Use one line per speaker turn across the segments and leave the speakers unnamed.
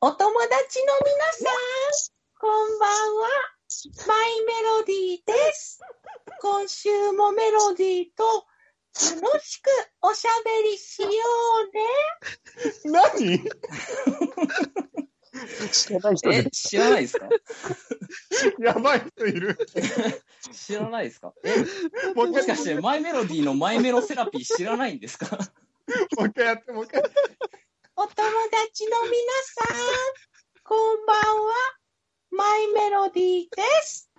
お友達の皆さん、こんばんは。マイメロディーです。今週もメロディーと楽しくおしゃべりしよ
何
知らない人
え
で、
知らないですか
やばい人いる。
知らないですか
もう
も
一
しか
回、
して、マイメロディのマイメロセラピー知らないんです か
もう一回やって、もう一回。
うね。お友達の皆さん、こんばんは。マイメロディーです。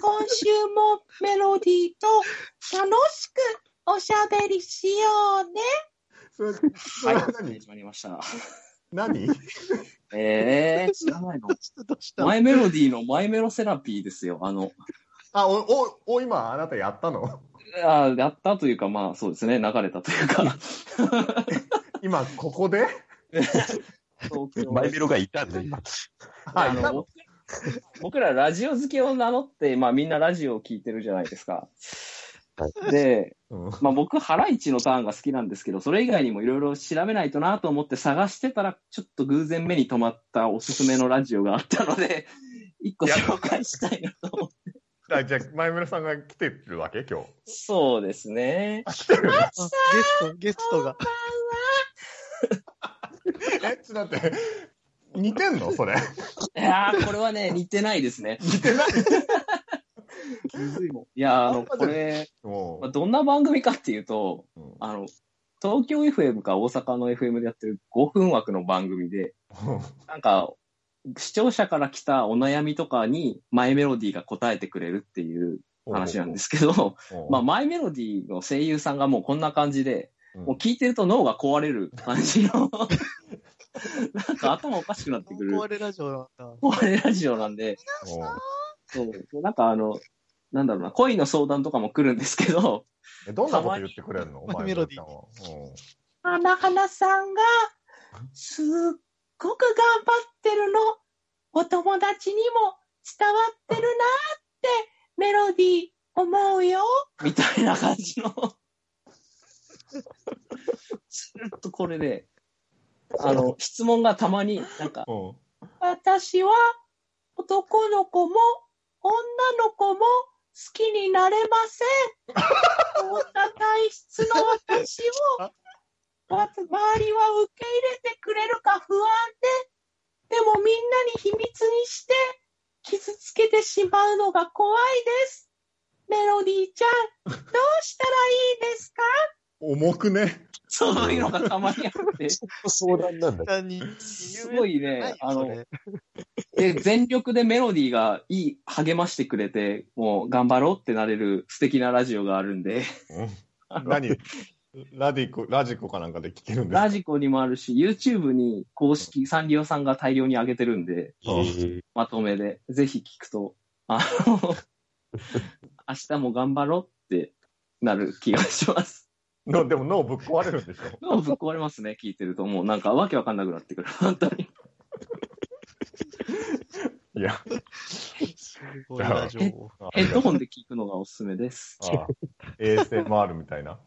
今週もメロディーと楽しくおしゃべりしようね。
それ、そ
は
れ
い、
は
始まりました。
何、何
えー、知らないの
どうした
マイメロディのマイメロセラピーですよ。あの、
あ、お、お、お、今、あなたやったの
あーやったというか、まあそうですね、流れたというか。
今、ここで
マイメロがいたんだ、今。
あ、
あ
いた
の
の
僕僕らラジオ好きを名乗って、まあみんなラジオを聞いてるじゃないですか。で、
うん
まあ僕、ハライチのターンが好きなんですけど、それ以外にもいろいろ調べないとなと思って探してたら、ちょっと偶然目に留まったおすすめのラジオがあったので、 一個紹介したいなと思って。
あじゃあ、前村さんが来てるわけ今日。
そうですね。
来てるの
ゲスト、ゲストが。
え、ちょっと待って。似てんのそれ。
いやー、これはね、似てないですね。
似てない
いやー、あの、これ、
も
まあ、どんな番組かっていうと、
う。うん。
あの、東京 FM か大阪の FM でやってる5分枠の番組で、なんか、視聴者から来たお悩みとかに、マイメロディーが答えてくれるっていう話なんですすけど、
おう
まあ、、マイメロディーの声優さんがもうこんな感じで、
うん
もう聞いてると脳が壊れる感じの、なんか頭おかしくなって くる、
壊れラジオなんだ。
壊れラジオなんで、
おう
そうなんかあの、なんだろうな、恋の相談とかも来るんですけど、
えどんなこと言ってくれるの
たま
前
に
村さんは。うん
あなはなさんが、すっごく頑張ってるの、お友達にも伝わってるなって、メロディー思うよ。
みたいな感じの。ずっとこれで、あの、質問がたまに、なんか、
うん
私は、男の子も、女の子も、好きになれません。こんな体質の私を、わ周りは受け入れてくれるか不安で、でもみんなに秘密にして、傷つけてしまうのが怖いです。メロディーちゃん、どうしたらいいですか
重くね。
そういうのがたまにあって、す
相談なんだ。す
ご
い。
いね、あの、で全力でメロディーがいい、励ましてくれて、もう頑張ろうってなれる素敵なラジオがあるんで、
うん何ラディコ、ラジコかなんかで聞けるんですか
ラジコにもあるし、YouTube に公式サンリオさんが大量に上げてるんで、
えー
まとめで、ぜひ聞くと、あの、明日も頑張ろうってなる気がします。
のでも脳ぶっ壊れるんでしょ
もうぶっ壊れますね、聞いてると。もうなんかわけわかんなくなってくる。本当に。
いや。
すごいラジオ。
ヘッドホンで聞くのがおすすめです。
ああ ASMR みた いな。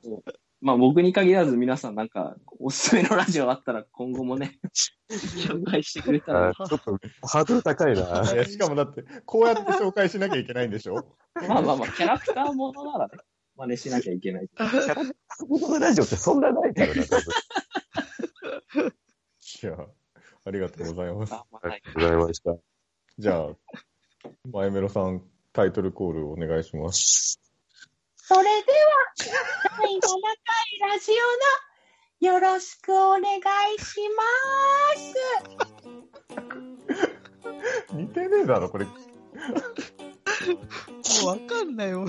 まあ僕に限らず皆さんなんかおすすめのラジオあったら今後も ね、紹介してくれたら
あ。ーちょっと、ハードル高い な。
いやしかもだって、こうやって紹介しなきゃいけないんでしょ
まあまあまあ、キャラクターものならね、真似しなきゃいけない。
僕のラジオってそんなないからな、多分。
いや、ありがとうございます。
あまあ
あ
はい
りがとうございました。
じゃあ、マイメロさん、タイトルコールお願いします。
それでは、第7回ラジオのよろしくお願いします。
似てねえだろ、これ。
もうわかんないよ。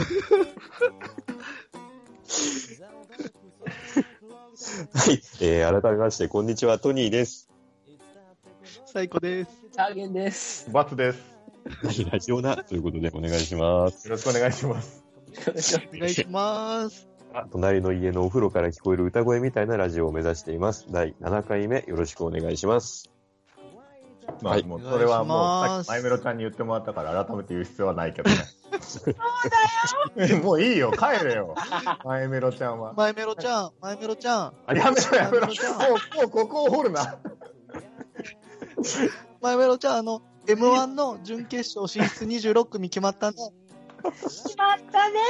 はい、えー、改めまして、こんにちは、トニーです。サイコです。
ターゲンです。
バツです。
ラジオな、ということでお願いします。
よろしくお願いします。
お願いします。
あ隣の家のお風呂から聞こえる歌声みたいなラジオを目指しています。第7回目、よろしくお願いします。
まあ、
はい
もう、それはもう、
お願
さっ
いします
きマイメロちゃんに言ってもらったから、改めて言う必要はないけどね。そうだよ。もういいよ、帰れ よ。マイメロちゃんは。
マイメロちゃん、マイメロちゃん。
やめろやめろ。も
マイメロちゃん
う、もうここを掘るな。
マイメロちゃん、あの、M1 の準決勝進出26組決まったんで、
決まったね。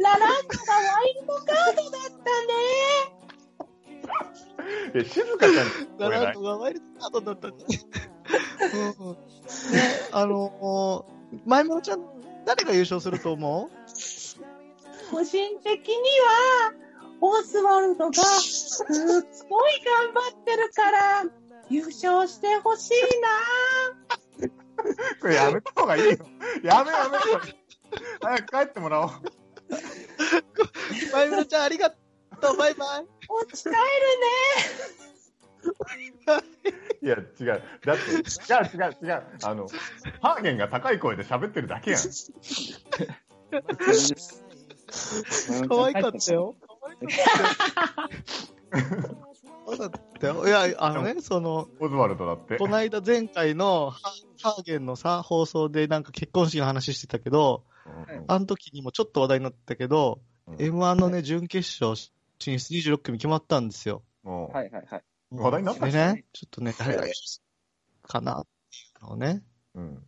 ラランドがワイルドカードだったね。
いや、静香ちゃんに聞こえ
ガ
ない
ラン。ドがワイルドカードだったんで。うんうんね、あのー、マイメロちゃん、誰が優勝すると思う
個人的には、オズワルドがすっごい頑張ってるから、優勝してほしい
これやめた方がいいよ。やめやめ。早く帰ってもらおう。
マイメロちゃん、ありがとう。バイバイ。
な。落ち帰るね。
いや、違う。だって、違う違う違う。あの、ハーゲンが高い声で喋ってるだけやん。
可愛かったよ。 可愛かったよ。いや、あのね、その、
オズワルドだって
こ。の間前回のハハーゲンのさ、放送でなんか結婚式の話してたけど、
うん
あの時にもちょっと話題になったけど、
うん
M1 のね、準決勝進出26組決まったんですよ。
も
はいはいはい。
話題になった
で
し
ね、ちょっとね、誰が優勝するかなっていうのをね、
う、うん。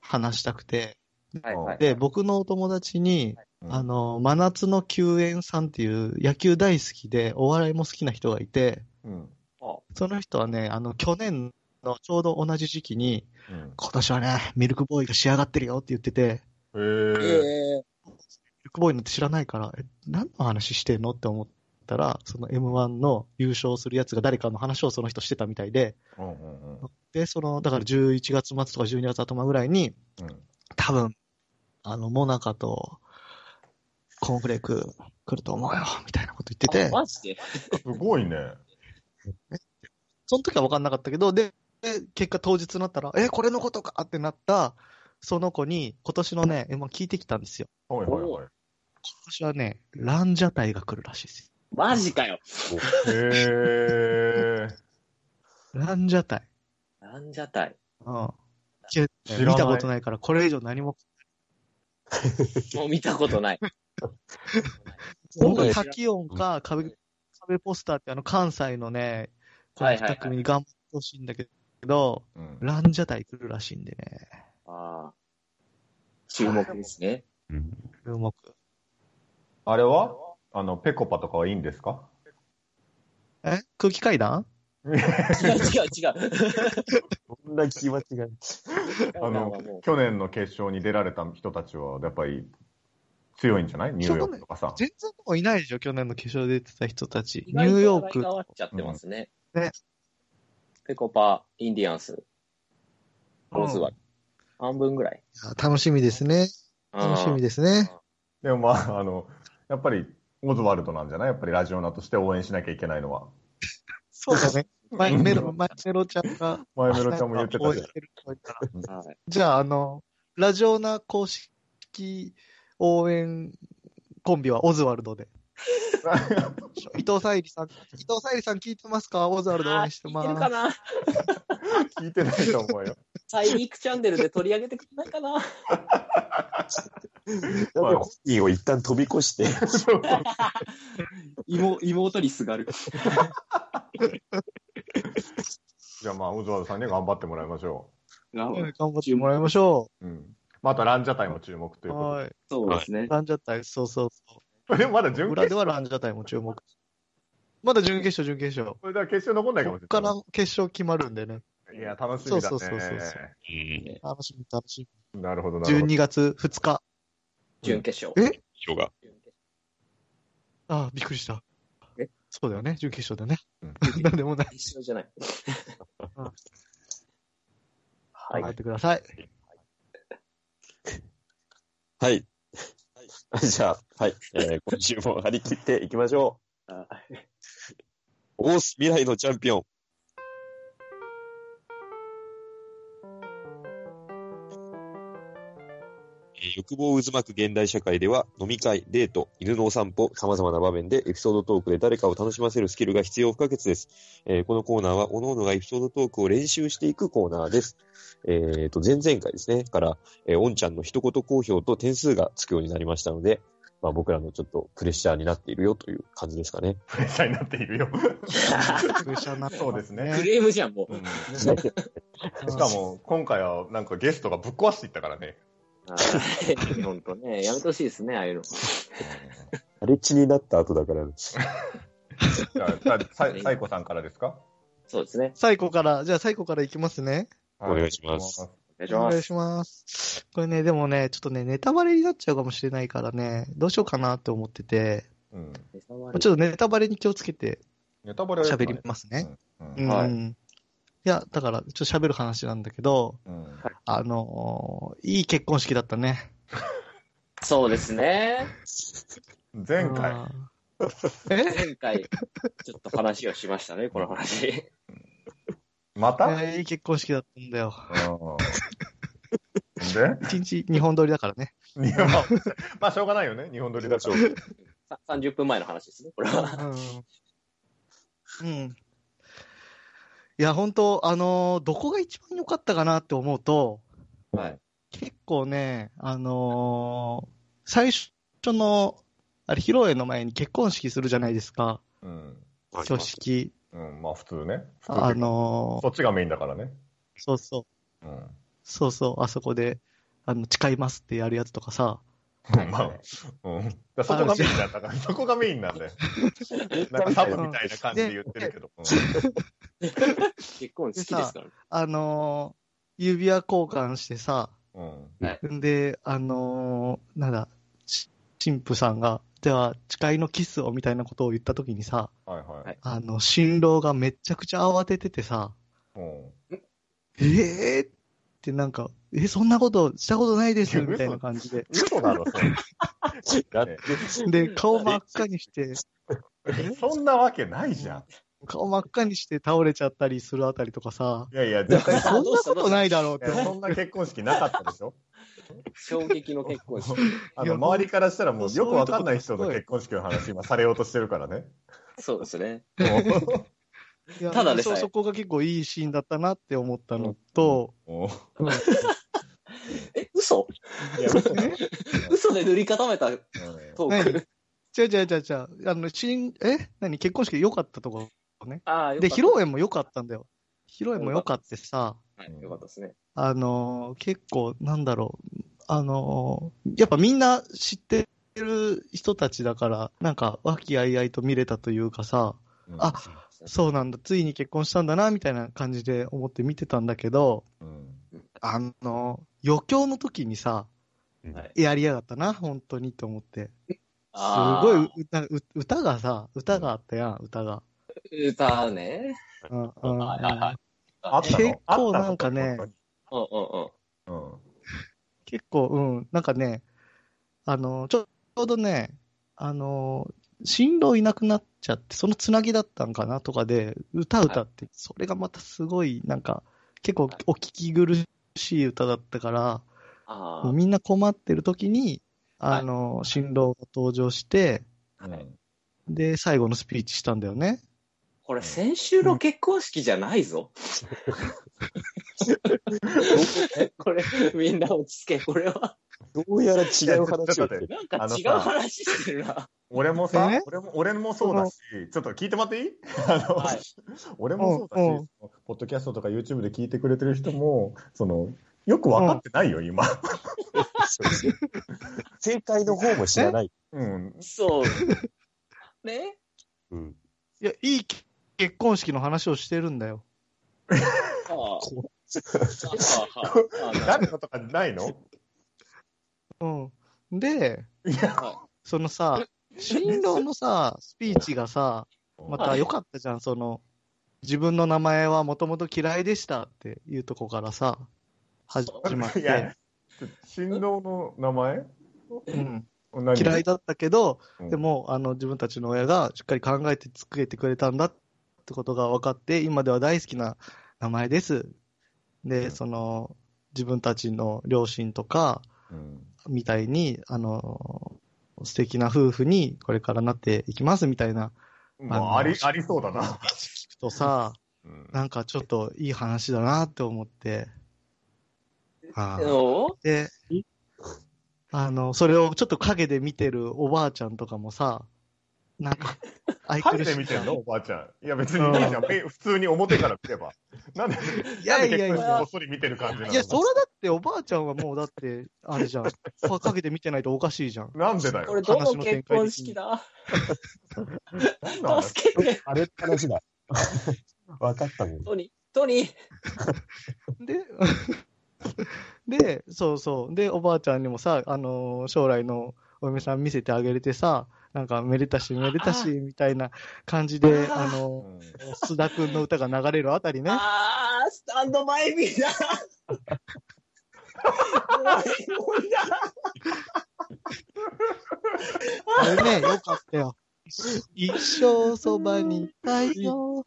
話したくて。
はいはい、
で、僕のお友達に、
うん
あ、の、真夏の救援さんっていう野球大好きで、お笑いも好きな人がいて、
うん。
その人はね、あの、去年のちょうど同じ時期に、
うん
今年はね、ミルクボーイが仕上がってるよって言ってて、
へー
え
ミルクボーイなんて知らないから、え、何の話してんのって思ったら、その M1 の優勝するやつが誰かの話をその人してたみたいで、
うんうんうん
で、その、だから11月末とか12月頭ぐらいに、
うん
多分、あの、モナカと、コーンフレーク来ると思うよ、みたいなこと言って
ー、
て、
マジです
ごいね。
その時は分かんなかったけど、で、で結果当日になったら、え、これのことかってなった、その子に、今年のね、M1 聞いてきたんですよ。
はいはいはい。
今年はね、ランジャタイが来るらしいですよ。
マジかよ。
へー
ランジャタイ。
なんじゃたい。
うん。け
知らない
見たことないから、これ以上何も、
もう見たことない。
本当にタキ音か壁、壁ポスターってあの関西のね、この
はいはいは
二
い
組に頑張ってほしいんだけど、
うん
ランジャタイ来るらしいんでね、
ああ。注目ですね。
注目。
あれはあの、ペコパとかはいいんですか
え空気階段
違う違う違う。
そんな気持ちが。
あの、去年の決勝に出られた人たちは、やっぱり強いんじゃないニューヨークとかさ。
全然もういないでしょ去年の決勝で出てた人たち。
意
ニ
外と
ューヨー
話題
ク
が、変わっちゃってますね。
うんね
ペコパ、インディアンス、オズワルド、半分ぐらい。
楽しみですね。楽しみ
で。
ですね。
でもまあ、あの、やっぱり、オズワルドなんじゃないやっぱりラジオナとして応援しなきゃいけないのは。
そうだね。マイメロ、マイメロちゃんが、
前メロちゃんも言ってた
応
じゃ
援
ん
し。てる人いたら
はい
じゃあ、あの、ラジオナ公式応援コンビはオズワルドで。伊藤沙莉さん、伊藤沙莉さん聞いてますかオズワルド応
あー
援してま
聞いてるか
す。
な
聞いてないと思うよ。
サイリークチャンネルで取り上げてくれないかな
だって本人を一旦飛び越して、
妹、妹にすがる。
じゃあまあ、オズワルドさんには頑張ってもらいましょ
はい頑張ってもらいましょ
う。うん。またランジャタイも注目と
う。
いうこ
はい。
そうですね。
ランジャタイ、そうそうそ
とで。でもまだ準
う。
決
裏ではランジャタイも注目。まだ準決勝、準決勝。
これでは決勝残んないか
こ
もし
っ
れ
か
な
ら決勝決まるんでね。
い。いや、楽しみだね
そうそうそうそうそ楽しみ、楽し
なるほど、
み。
なるほど。
12月2日。
準決勝。
え
人が。
準決
ああ、びっくりした
え。
そうだよね、準決勝だね
うん。
なんでもない。
勝一緒じゃない。
頑張ってください。
はい。 じゃあ、はい。えー今週も張り切っていきましょ
あ
う。オース未来のチャンピオン。えー欲望渦巻く現代社会では、飲み会、デート、犬のお散歩、様々な場面でエピソードトークで誰かを楽しませるスキルが必要不可欠です。えーこのコーナーは、各々がエピソードトークを練習していくコーナーです。えーと、前々回ですね、から、えーおんちゃんの一言好評と点数がつくようになりましたので、まあ、僕らのちょっとプレッシャーになっているよという感じですかね。
プレッシャーになっているよ。
プレッシャーになって ます
そうですね
クレームじゃん、もう。
うん
い
しかも、今回はなんかゲストがぶっ壊していったからね。
本当ね、やめてほしいですね、ああいうの。
あれっちになった後だから。
じゃあささサイコさんからですか
そうですね。
最後から、じゃあ最後からいきますね。
お願いします。
お願いし
お
ま
願い
す。
します。これね、でもね、ちょっとね、ネタバレになっちゃうかもしれないからね、どうしようかなって思ってて、
うん。
まあちょっとネタバレに気をつけて
ネタバレはよく
喋
ない
りますね。
う
うんん。
はい
い、や、だから、ちょっと喋る話なんだけど、
うん
あのーいい結婚式だったね。
そうですね。
前回、
あー。 え
前回、ちょっと話をしましたね、この話。
また、
えーいい結婚式だったんだよ。
うん
一日日本撮りだからね。
で日本まあ、しょうがないよね。日本撮りだから。
さ30分前の話ですね、これは。
うん。うん。いや、本当あのーどこが一番良かったかなって思うと、
はい。
結構ね、あのー最初の、あれ、披露宴の前に結婚式するじゃないですか。
うん。
挙式。
うん、まあ、普通ね。普通
あのー
そっちがメインだからね。
そうそう。
うん。
そうそう、あそこで、あの、誓いますってやるやつとかさ。
まあ、うん。だからそこがメインなんだから、そこがメインなんだよ。なんかサブみたいな感じで言ってるけど。うん
結婚好きですからね。
あのー指輪交換してさ、
うん。
んで、あのーなんだ、し神父さんが、では、誓いのキスをみたいなことを言ったときにさ、
はいは
はいい。
あの、新郎がめちゃくちゃ慌てててさ、
うん
えーってなんか、え、そんなことしたことないですみたいな感じで。
嘘だろ、そん
だっ
ね
て、
で、顔真っ赤にして、
そんなわけないじゃん。
顔真っ赤にして倒れちゃったりするあたりとかさ、
いやいや、絶対
そんなことないだろうっ
い
て
や。そんな結婚式なかったでしょ
衝撃の結婚式。
あの、周りからしたらもうよくわかんない人の結婚式の話今されようとしてるからね。
そうですね。
いや
ただでさえ
そうそこが結構いいシーンだったなって思ったのと、
もう
え、嘘
いや嘘だよ
嘘で塗り固めた
うん
トーク。
じゃじゃじゃじゃあの、新、え何結婚式良かったとこ
ああ、よか
で、
った
披露宴も良かったんだよ。披露宴も良かったしさ、
はい、よかったですね。
あのー結構、なんだろう、あのーやっぱみんな知ってる人たちだから、なんか、和気あいあいと見れたというかさ、あ、そうなんだ、ついに結婚したんだな、みたいな感じで思って見てたんだけど、
うん
あのー余興の時にさ、
はい
やりやがったな、本当にと思って。す
あ
ご
ー
い、うなんかう歌がさ、歌があったやん、歌が。
歌ね。
うんうんうん
はいはいはい
あった
結
の
構なんかね、
うんうんうん。
あったの
結構、うん、なんかね、あの、ちょちょうどね、あの、新郎いなくなっちゃって、そのつなぎだったんかなとかで、歌歌って、それがまたすごい、なんか、結構お聞き苦しい歌だったから、
あ
もう
あ、
みんな困ってる時に、
はい
あの、新郎が登場して、
うんうん
で、最後のスピーチしたんだよね。
これ先週の結婚式じゃないぞ。これ、みんな落ち着け、これは。
どうやら違う話をしてる。
なんか
あの
違う
さ
話してるな。
俺もさ
え、
俺も、俺もそうだし、ちょっと聞いてもらっていいあの、
はい
俺もそうだ
うんう
し、ポッドキャストとか YouTube で聞いてくれてる人も、その、よく分かってないよ、今。
正解の方も知らない。
うん。
そう。ね
うん。
いや、いい結結婚式の話をしてるんだよ。
ああ
こ
ああああ
誰のとかないの
うん。で、
いや、
そ のさ、新郎のさ、スピーチがさ、また良かったじゃん、その、自分の名前はもともと嫌いでしたっていうとこからさ、始まっ
いや
て、、
新郎の名前
うん、
何
嫌いだったけど、
うん
でもあの自分たちの親がしっかり考えて作れてくれたんだってことが分かって、今では大好きな名前です。
う
で、
ん
その、自分たちの両親とか、
うん
みたいに、あの、素敵な夫婦にこれからなっていきますみたいな、
まあ、あり、ありそうだな。
聞くとさ、
うん
なんかちょっといい話だなって思って。 あ
あ
ー
の
で、あの、それをちょっと陰で見てるおばあちゃんとかもさ、なんか、愛
ハ
く
ゲ
るし
で
い
見てんのおばあちゃん。いや、別にいいじゃん。え普通に表から見れば。なんで、
いやいやい
なんで結婚して
や
こ。っそり見てる感じなの
いや、それだっておばあちゃんはもうだって、あれじゃん。かけて見てないとおかしいじゃん。
なんでだ
こ
よ。
れどの結婚式だ
なんなんだよ
助けて、
あれって話 だ。分かったもん。
トニー。トニー。
で、 で、そうそう。で、おばあちゃんにもさ、あのー将来のお嫁さん見せてあげれてさ、なんか、めでたし、めでたし、みたいな感じで、
あ
あ
う
の
ん
ー須田くんの歌が流れるあたりね。
あー、スタンドバイビーだ。もう無理だ
あれね、よかったよ。一生そばにいたいよ。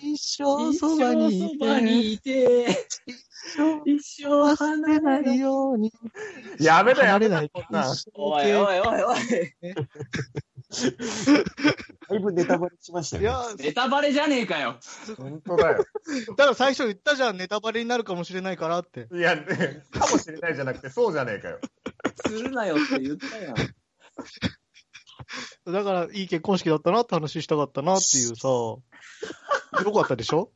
一生そばにい
一生そば
て。
にいて、一生
忘れ
離れな。
ないいように。
やめだ
離
よ。
れない。
こんなん
一生
おいおいおいおい。
だいぶネタバレしました
い
ね
や、。
ネタバレじゃねえかよ。
本当だよ。
だから最初言ったじゃん、ネタバレになるかもしれないからって。
いや、ねかもしれないじゃなくて、そうじゃねえかよ。
するなよって言ったやん。
だから、いい結婚式だったなって話したかったなっていうさ、よかったでしょ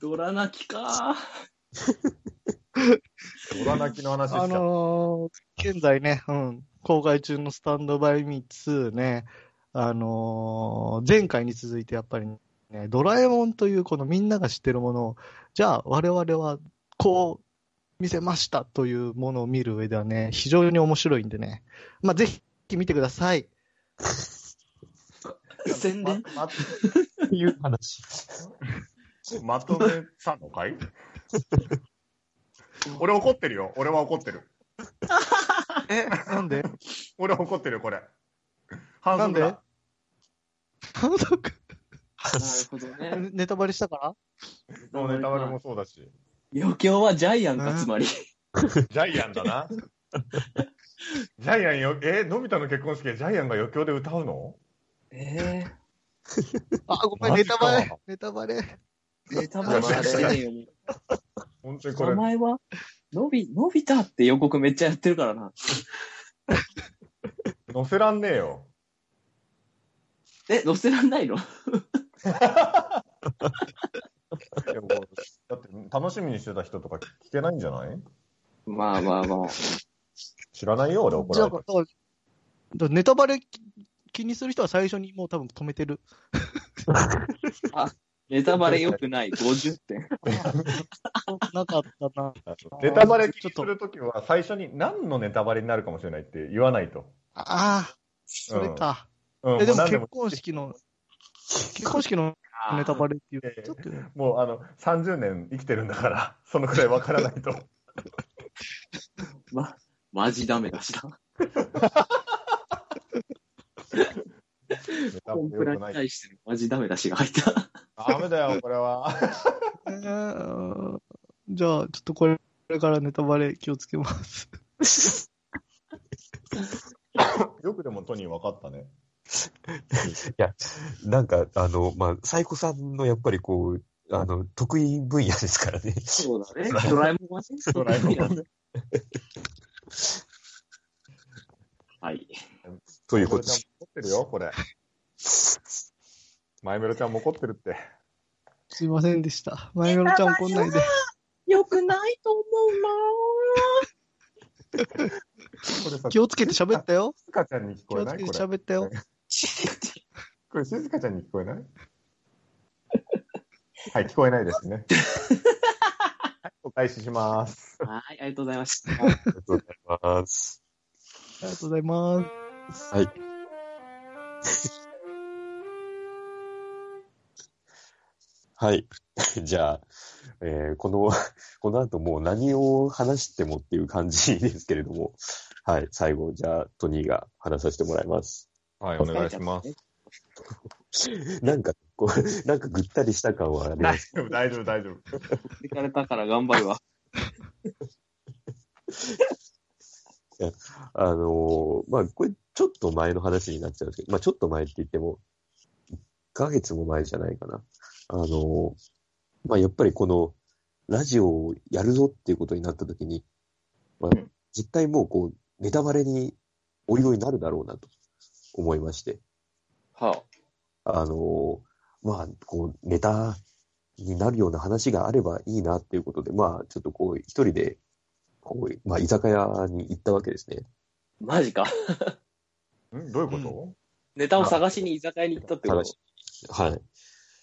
ドラ泣きか。
ドラ泣きの話しちゃ
あ
った。
のー現在ね、うん、公開中のスタンドバイミー2ね、あのー前回に続いてやっぱりね、ドラえもんというこのみんなが知ってるものを、じゃあ我々はこう見せましたというものを見る上ではね、非常に面白いんでね、まあ、ぜひ見てください。
宣伝。
まま
っていう話。
まとめたのかい 俺怒ってるよ。俺は怒ってる。
え、なんで
俺は怒ってるよ、これ。反則
なんで
だ。
監督
なるほどね。
ネタバレしたから
そうネタバレもそうだし。
余興はジャイアンか、つまり。
ジャイアンだな。 ジャイアンよ、えのび太の結婚式でジャイアンが余興で歌うの
え
あ、ごめん、
マ
ネ
ジか
タバレ。ネタバレ。
えネタバレはしてねえよ。も
本当に
う
こ
名
れ、
前はのび、のび太って予告めっちゃやってるからな。
載せらんねえよ。
え、載せらんないの
でもだって、楽しみにしてた人とか聞けないんじゃない
まあまあまあ。
知らないよ、俺怒
じゃ
ら
あ、
れて
だからネタバレき気にする人は最初にもう多分止めてる。
ネタバレ良くない、50点。
なかったな。
ネタバレ気にするときは、最初に何のネタバレになるかもしれないって言わないと。
ああ、それか。
うん、
えで
う
も
何
結婚式の、結婚式のネタバレってい
あ
う。
ー
ちょっと、
もうあの30年生きてるんだから、そのくらいわから ないと。
ま、マジダメだしな。コンプラに対してのマジダメだしが入った。
ダメだよ、これは。
えーじゃあ、ちょっとこれからネタバレ気をつけます。
よくでもトニー分かったね。
なんか、あの、まあ、サイコさんのやっぱりこう、あの、得意分野ですからね。
そう だね。ドラえもんはね。
ドラえもんね
はい。
とい
マイメ
うこ
ロ
と
ちゃんも怒ってるよ、こ れ。マイメロちゃんも怒ってるって。
すいませんでした。前メロちゃん怒んないで。
良くないと思うな
これさ、
気をつけて喋ったよ。
静香ちゃんに聞
気
こえ
を
な
つ
い
け
これ。
て喋ったよ。
これ静香ちゃんに聞こえない はい、聞こえないですね。はい、お返しします。
はい、ありがとうございました。
ありがとうございます。
ありがとうございます。
はい。はい。 じゃあ、えーこの、 この後もう何を話してもっていう感じですけれども、はい。最後、じゃあ、トニーが話させてもらいます。
はい、お
お
願いします。。
なんか、こう、なんかぐったりした感はあります。
大丈夫、大丈夫、大丈夫。
行かれたから頑張るわ。
あのーまあ、これ、ちょっと前の話になっちゃうんですけど、まあ、ちょっと前って言っても、1ヶ月も前じゃないかな。あのーまあ、やっぱりこの、ラジオをやるぞっていうことになった時に、まあ
うん、
絶対もうこう、ネタバレに、おいおいなるだろうなと思いまして。
は
あのーまあ、こう、ネタになるような話があればいいなっていうことで、まあ、ちょっとこう、一人で、こう、まあ、居酒屋に行ったわけですね。
あ、マジか。
んどういうこ
ネタを探しに居酒屋に行ったってこと
探しはい。
と、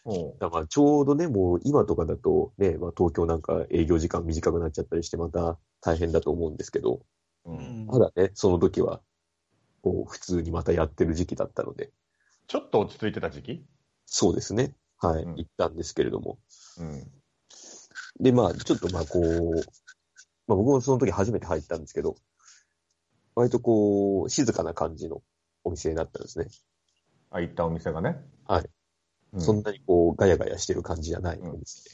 おう
だからまあちょうどね、もう今とかだと、ね、まあ、東京なんか営業時間短くなっちゃったりして、また大変だと思うんですけど、
うん
まだね、その時は、こう、普通にまたやってる時期だったので、
ちょっと落ち着いてた時期、
そうですね。はい、
うん
行ったんですけれども。
うん、
で、まあ、ちょっとまあ、こう、まあ、僕もその時初めて入ったんですけど、割とこう、静かな感じのお店になったんですね。
あ行ったお店がね。
はい
うん。
そんなにこう、ガヤガヤしてる感じじゃないお店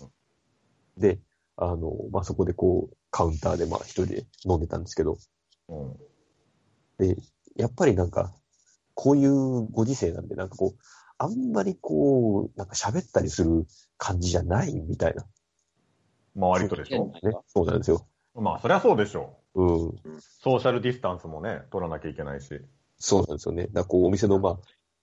で。で、あの、まあ、そこでこう、カウンターでまあ、一人で飲んでたんですけど、
うん
で、やっぱりなんか、こういうご時世なんで、なんかこう、あんまりこう、なんか喋ったりする感じじゃないみたいな。
周りとでしょ
ね、そうなんですよ。
まあ、そりゃそうでしょ
うん。
う。ソーシャルディスタンスもね、取らなきゃいけないし。
そうなんですよね。だからこう、お店のまあ、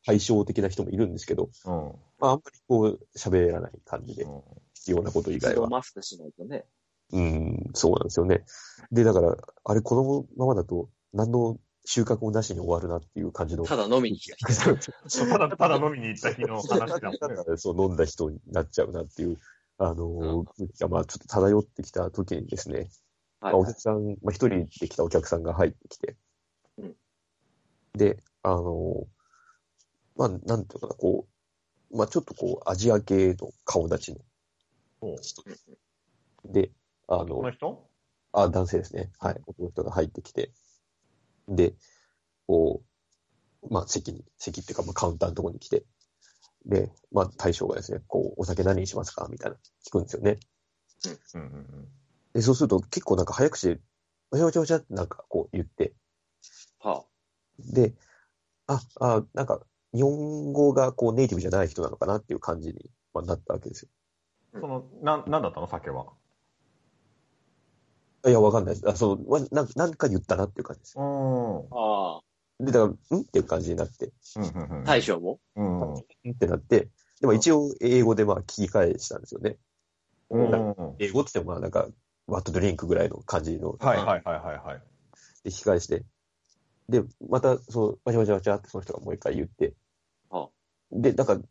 対照的な人もいるんですけど、
うん。う
まあ、あんまりこう、喋らない感じで、
ん
必要なこと以外は。
マスクしないとね。
うん、そうなんですよね。で、だから、あれ、このままだと、何の収穫もなしに終わるなっていう感じの。
ただ飲みに来た人。
た だ、ただ飲みに行った日の話だもんね。
そう飲んだ人になっちゃうなっていう、あのーがまあちょっと漂ってきた時にですね、
はい
まあ、お客さん、まあ、一人で来たお客さんが入ってきて、
うん
で、あのーまあ、なんていうのかな、こう、まあ、ちょっとこう、アジア系の顔立ち
そう
の、で、あの
この、人
あ、男性ですね。はい。男の人が入ってきて。で、こう、まあ、席に、席っていうか、まあ、カウンターのところに来て。で、まあ、大将がですね、こう、お酒何にしますかみたいな、聞くんですよね。
うんうん
で、そうすると、結構なんか早口で、おちゃおちゃおちゃってなんかこう言って。
は
で、あ、あ、なんか、日本語がこう、ネイティブじゃない人なのかなっていう感じに、まあ、なったわけですよ
うん。その、なん、なんだったの酒は。
あ。いや、わかんないです。あ、そう、わなんかなんか言ったなっていう感じです
う。ん。うん
あ。ああ。
で、だから、んっていう感じになって。
うんうん。
大将も
うん。
ってなって、でも一応英語でまあ聞き返したんですよね。
うん。
なんか
は
英語って言ってもまあなんか、ワットドリンクぐらいの感じの、
いはいはいはいはい。
で、引き返して。で、また、その、わちゃわちゃわちゃってその人がもう一回言って。
あ
で、なんか、ん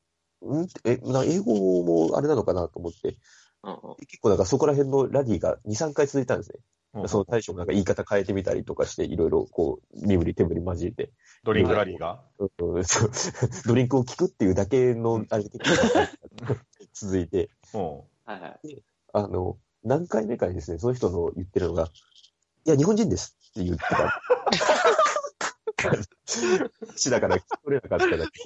え、な英語もあれなのかなと思って、
うんうん。
結構なんかそこら辺のラリーが2、3回続いたんですね。
うん
その大将もなんか言い方変えてみたりとかして、いろいろこう、身振り手振り交えて、
ドリンクラリーが。
うんそう ドリンクを聞くっていうだけの、あれで結構続いて、
うん。
はいはい。
あの、何回目かにですね、その人の言ってるのが、いや、日本人ですって言ってた。 口だから聞き取れなかっただけ。い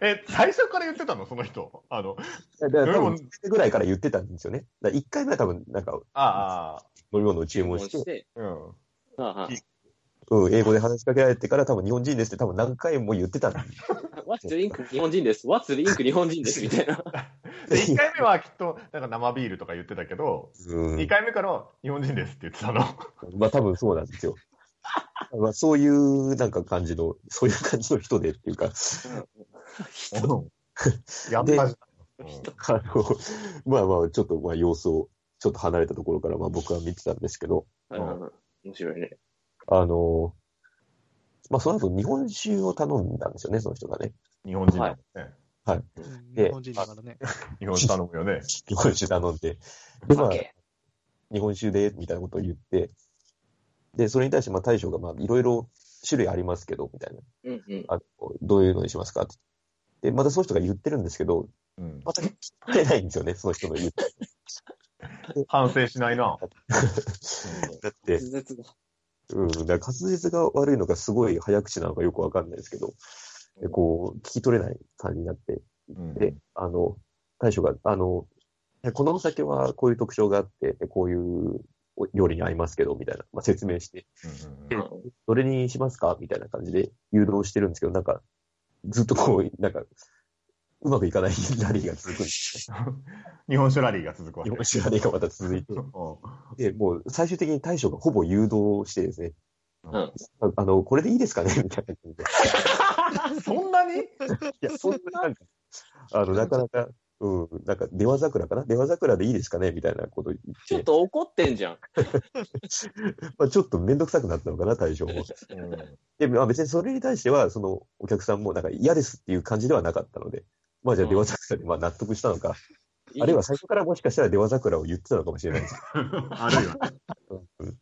え、最初から言ってたのその人。あの、
やだから多
で
分、
も
1回目ぐらいから言ってたんですよね。だ1回目は多分、なんか、
あ
飲み物を注文して、
て。
あ、うん。
うんうん
うん、英語で話しかけられてから多分日本人ですって多分何回も言ってたんで
What's drink? 日本人です。What's drink? 日本人です。みたいな。
で、1回目はきっと、なんか生ビールとか言ってたけど、
う
2
ん。
回目からは日本人ですって言ってたの。
まあ多分そうなんですよ。 まあそういうなんか感じの、そういう感じの人でっていうか、
やったじゃん。
あの、まあまあ、ちょっと、まあ、様子を、ちょっと離れたところから、まあ、僕は見てたんですけど、
うんうん面白いね。
あの、まあ、その後、日本酒を頼んだんですよね、その人がね。
うん日本人だもんね。
うん
で
日本人だからね。
日本酒頼むよね。
日本酒頼んで、で、まあ
オッ、ケ
日本酒で、みたいなことを言って、で、それに対して、まあ、大将が、まあ、いろいろ種類ありますけど、みたいな。
ーうんうん。
あのどういうのにしますかって。で、またその人が言ってるんですけど、
うん
また聞かれないんですよね、その人の言う。
反省しないな。
だっ
滑
て、
舌が
うん、だから滑舌が悪いのか、すごい早口なのかよくわかんないですけど、でこう、聞き取れない感じになって、
うん
で、あの、大将が、あの、えこのお酒はこういう特徴があって、でこういうお料理に合いますけど、みたいな、まあ、説明して、
うん
うんうん
どれにしますかみたいな感じで誘導してるんですけど、なんか、ずっとこう、なんか、うまくいかない ラリーが続くんです
日本酒ラリーが続くわ
ね。
け
よ。し ラリーがまた続いて。
う
で、もう最終的に大将がほぼ誘導してですね、
ん
うん
ああの、これでいいですかねみたいな感じで。
そんなに
いや、そんな、なんか、あの、なかなか、うん、なんか、出羽桜かな出羽桜でいいですかねみたいなこと言って、
ちょっと怒ってんじゃん。
まあ、ちょっとめんどくさくなったのか な、対象も。で、まあ、別にそれに対しては、その、お客さんも、なんか、嫌ですっていう感じではなかったので、まあ、じゃあ、出羽桜で、まあ、納得したのか、あるいは最初からもしかしたら出羽桜を言ってたのかもしれないです
あるいは。
うん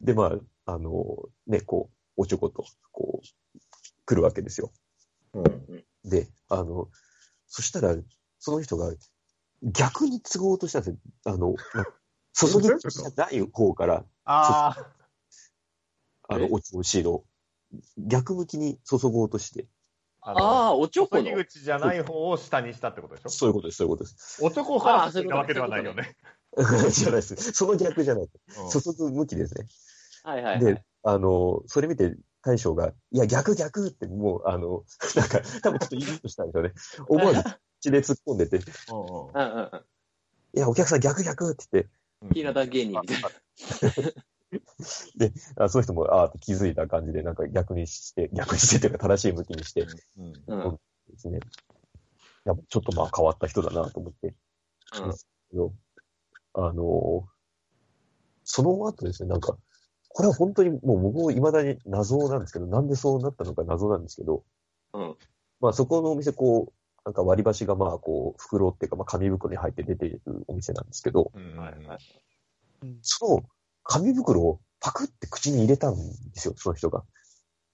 で、まあ、あの、ね、こう、おちょこと、こう、来るわけですよ。
うん
で、あの、そしたら、その人が、逆に都合としたんですよ。あの、なんか注ぎ口じゃない方から、
ああ、
あの、おちおしの、逆向きに注ごうとして、
あ
ああ、おちょこ
注ぎ
の。
口じゃない方を下にしたってことでし
そういうことです、そういうことです。
ょおちょこから注いだわけではないよね。
じゃないです。その逆じゃない。注
う
ぐ向きですね。
はいはい、はい
で。、あの、それ見て大将が、いや、逆逆ってもう、あの、 なんか、多分ちょっとイリッとしたんです よね。思わず血で突っ込んでて、い
んうん
うんうんうん。
や、お客さん逆逆って言って、
うん
ピーナッツ芸人みたいな。
あその人も、ああって気づいた感じで、なんか逆にして、逆にしてというか正しい向きにして
うんうん
うん。うん
ですね。いやちょっとまあ変わった人だなと思って。けどあの、その後ですね、なんか、これは本当にもう僕も未だに謎なんですけど、なんでそうなったのか謎なんですけど、
うん
まあそこのお店、こう、なんか割り箸がまあこう、袋っていうか、まあ紙袋に入って出ているお店なんですけど、
うん
はいはい
その紙袋をパクって口に入れたんですよ、その人が。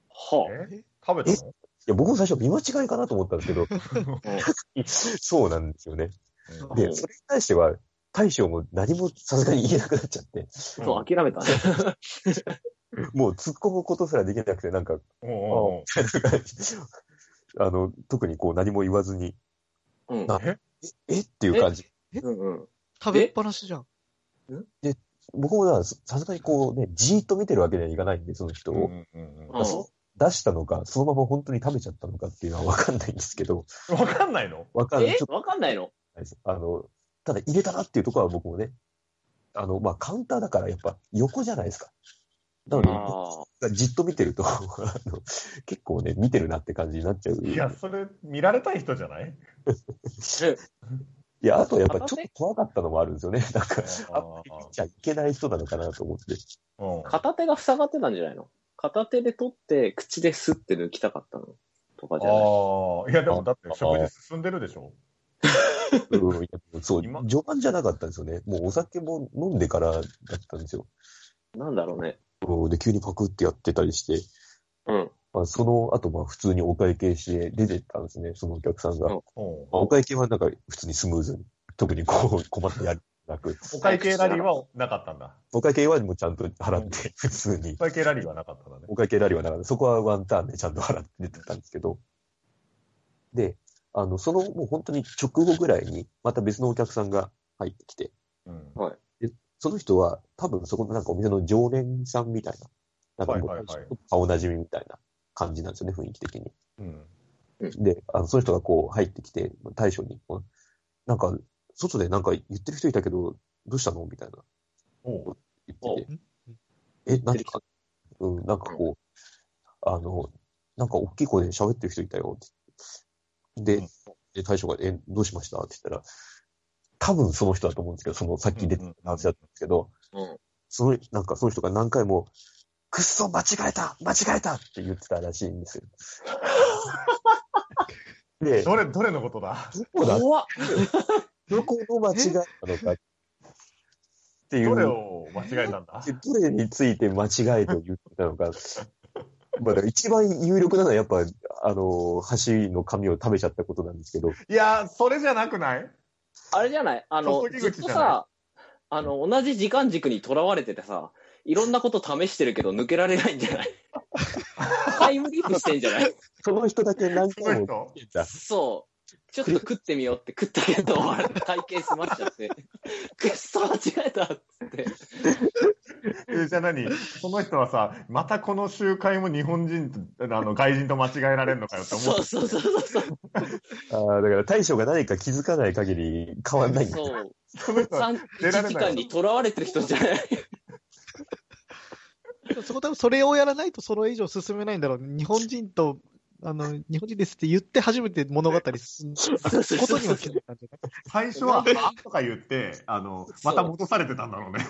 は
え食べたの
いや、僕も最初見間違いかなと思ったんですけ ど、 そうなんですよね。
うん
で、それに対しては、大将も何もさすがに言えなくなっちゃって、
あ。そう、諦めたね。
もう突っ込むことすらできなくて、なんか、
うんうん
あの、特にこう何も言わずに、
うん。
なえっていう感じ。
うんうん。
食べっぱなしじゃん。
僕もなささすがにこうね、じーっと見てるわけにはいかないんで、その人
うんう
を。
んうん
うん
そ出したのか、そのまま本当に食べちゃったのかっていうのはわかんないんですけど、
うんわかんないの
わかんない。
え
ちょっと
わかんないの
ないです。あの、ただ入れたなっていうところは僕もね、あの、まあ、カウンターだからやっぱ横じゃないですか。なので、
あ
じっと見てると、 あの結構ね、見てるなって感じになっちゃう。
いや、それ、見られたい人じゃない
いや、あとやっぱちょっと怖かったのもあるんですよね。なんか、あんまり見ちゃいけない人なのかなと思って。
うん
あ。片手が塞がってたんじゃないの片手で取って、口でスッて抜きたかったのとかじゃな
あ
い
あ、いやでもだって食事進んでるでしょ
うんいやそう、
今
序盤じゃなかったんですよね。もうお酒も飲んでからだったんですよ。
なんだろうね。
うんで、急にパクってやってたりして、
うん。
まあ、その後、まあ、普通にお会計して出てったんですね、そのお客さんが。
うん
まあ
うん
お会計はなんか普通にスムーズに、特にこう困ってやりなく、
お会計ラリーはなかったんだ。
お会計はもうちゃんと払って、普通に
お。会計ラリーはなかったんだね。
お会計ラリーはなかった。そこはワンターンでちゃんと払って出てたんですけど。で、あの、その、もう本当に直後ぐらいに、また別のお客さんが入ってきて、
うん
その人は、多分そこのなんかお店の常連さんみたいな、なんかも
はいは
う
いはい
顔なじみみたいな感じなんですよね、雰囲気的に。
うん。
で、あのその人がこう入ってきて、大将に、こうなんか、外でなんか言ってる人いたけど、どうしたのみたいな
おう
言ってて
おう、
え、何か、うん、なんかこう、あの、なんか大きい声で喋ってる人いたよって。
う
で
ん、
で大将が、え、どうしましたって言ったら、多分その人だと思うんですけど、そのさっき出てた話だったんですけど、
うん。
その、なんかその人が何回も、くっそ、間違えた間違えたって言ってたらしいん ですよ。で、ど
どれ、どれのことだ
こだ、
怖っ
どこの間違えたのかっていう、
どれ
ど
を間違えたんだ
れについて間違えと言ってたのか。まあ、だから一番有力なのはやっぱ、あの、箸の紙を食べちゃったことなんですけど、
いや、それじゃなくない
あれじゃないあの
注、ぎ
ずっ
口じゃない
とさ、あの、同じ時間軸にとらわれててさ、いろんなこと試してるけど抜けられないんじゃないタイムリープしてんじゃない
その人だけ何
その
回も
人
言ってた。
そう。ちょっと食ってみようって食ったけど、体型済ましちゃって。くっそ間違えたっつって。
えじゃあ何その人はさ、またこの集会も日本人と、あの、外人と間違えられるのかよって思
そうそうそうそうそう。
あーだから大将が何か気づかない限り変わんないんだ
そう。
その人は
三
出
一
られ
時
な
間
い
にとらわれてる人じゃない。
そこ多分それをやらないとそれ以上進めないんだろうね。日本人とあの、日本人ですって言って初めて物語 進んだことには気づいたんじゃない
最初は、あんとか言って、あの、また戻されてたんだろうね。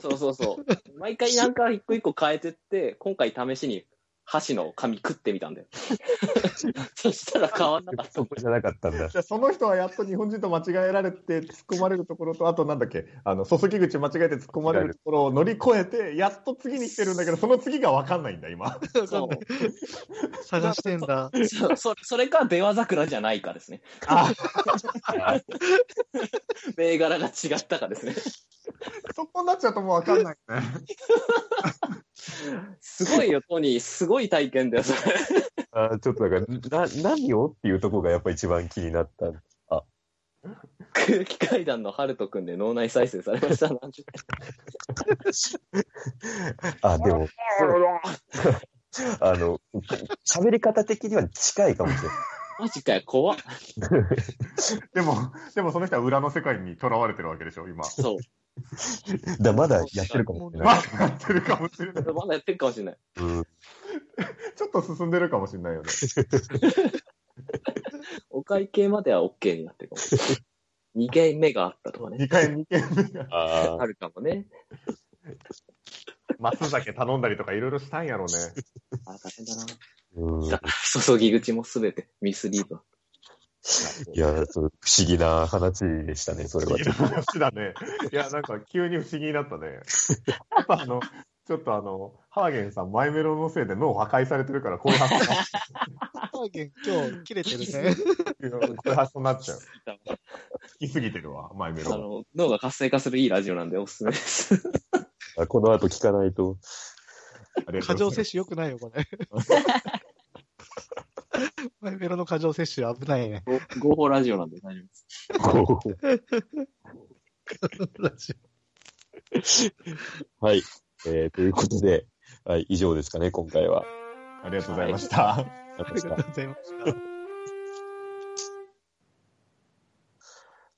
そうそうそう。毎回なんか一個一個変えてって、今回試しに箸の紙食ってみたんだよ。そしたら変わんなかった。
そこじゃなかったんだ。
じゃあその人はやっと日本人と間違えられて突っ込まれるところと、あとなんだっけ、あの、注ぎ口間違えて突っ込まれるところを乗り越えて、やっと次に来てるんだけど、その次がわかんないんだ、今。
そう
探してんだ。
そうそそれか、出羽桜じゃないかですね。
あ、
銘柄が違ったかですね。
そこになっちゃうともうわかんないね。
すごいよ、トニー。すごい体験だよ、それ。
あちょっとなんか、な、何をっていうとこがやっぱ一番気になった。
空気階段のハルト君で脳内再生されました。なんて
あ、でも、 あの、喋り方的には近いかもしれない。
マジかよ、怖っ。
でも、でもその人は裏の世界に囚われてるわけでしょ、今。
そう。
だまだやってるかもしれ
ま
ない。
だやってるかもしれない。
まだやってるかもしれない。
うん
ちょっと進んでるかもしれない よね。
お会計までは OK になってるかもしれない。2件目があったとかね。
2回、2回目が。
あ
あるかもね。
松酒頼んだりとかいろいろしたんやろうね。
あ、大変だな。
ーうん
注ぎ口もすべてミスリード。
いや、そう不思議な話でしたね、それ
不思
は
議。な話だね。いや、なんか急に不思議になったね。やっぱあの、ちょっとあの、ハーゲンさん、マイメロのせいで脳破壊されてるから、こういう発想
ハーゲン今日切れてるね。
になっちゃう。こういう発想になっち ゃう。好きすぎてるわ、マイメ
あ
ロ。
の、脳が活性化するいいラジオなんでおすすめです。
あこの後聞かないと。
ありが
過
とうご
剰
ざい
摂取良くないよ、こ れ。マイメロの過剰摂取は危な いね。
合法ラジオなんで大丈夫です。
こう
ラジ
はい。えーということで、はい、以上ですかね、今回は。
ます。ありがとうございました。
ありがとう
オあ
ご
り
ざい
が
まし
とうございます。
た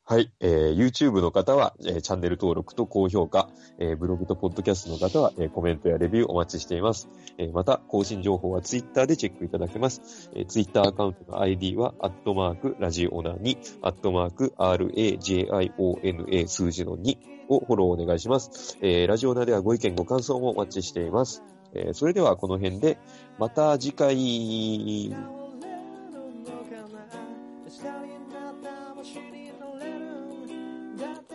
はい、えー YouTube の方は、えーチャンネル登録と高評価、えーブログとポッドキャストの方は、えーコメントやレビューお待ちしています。えーまた、更新情報は Twitter でチェックいただけます。えー Twitter アカウントの ID は、アットマーク、ラジオナに、アットマーク、RAJIONA 数字の2をフォローお願いします。えーラジオナではご意見、ご感想もお待ちしています。えーそれではこの辺で、また次回。
明日になったら星に乗れるんだった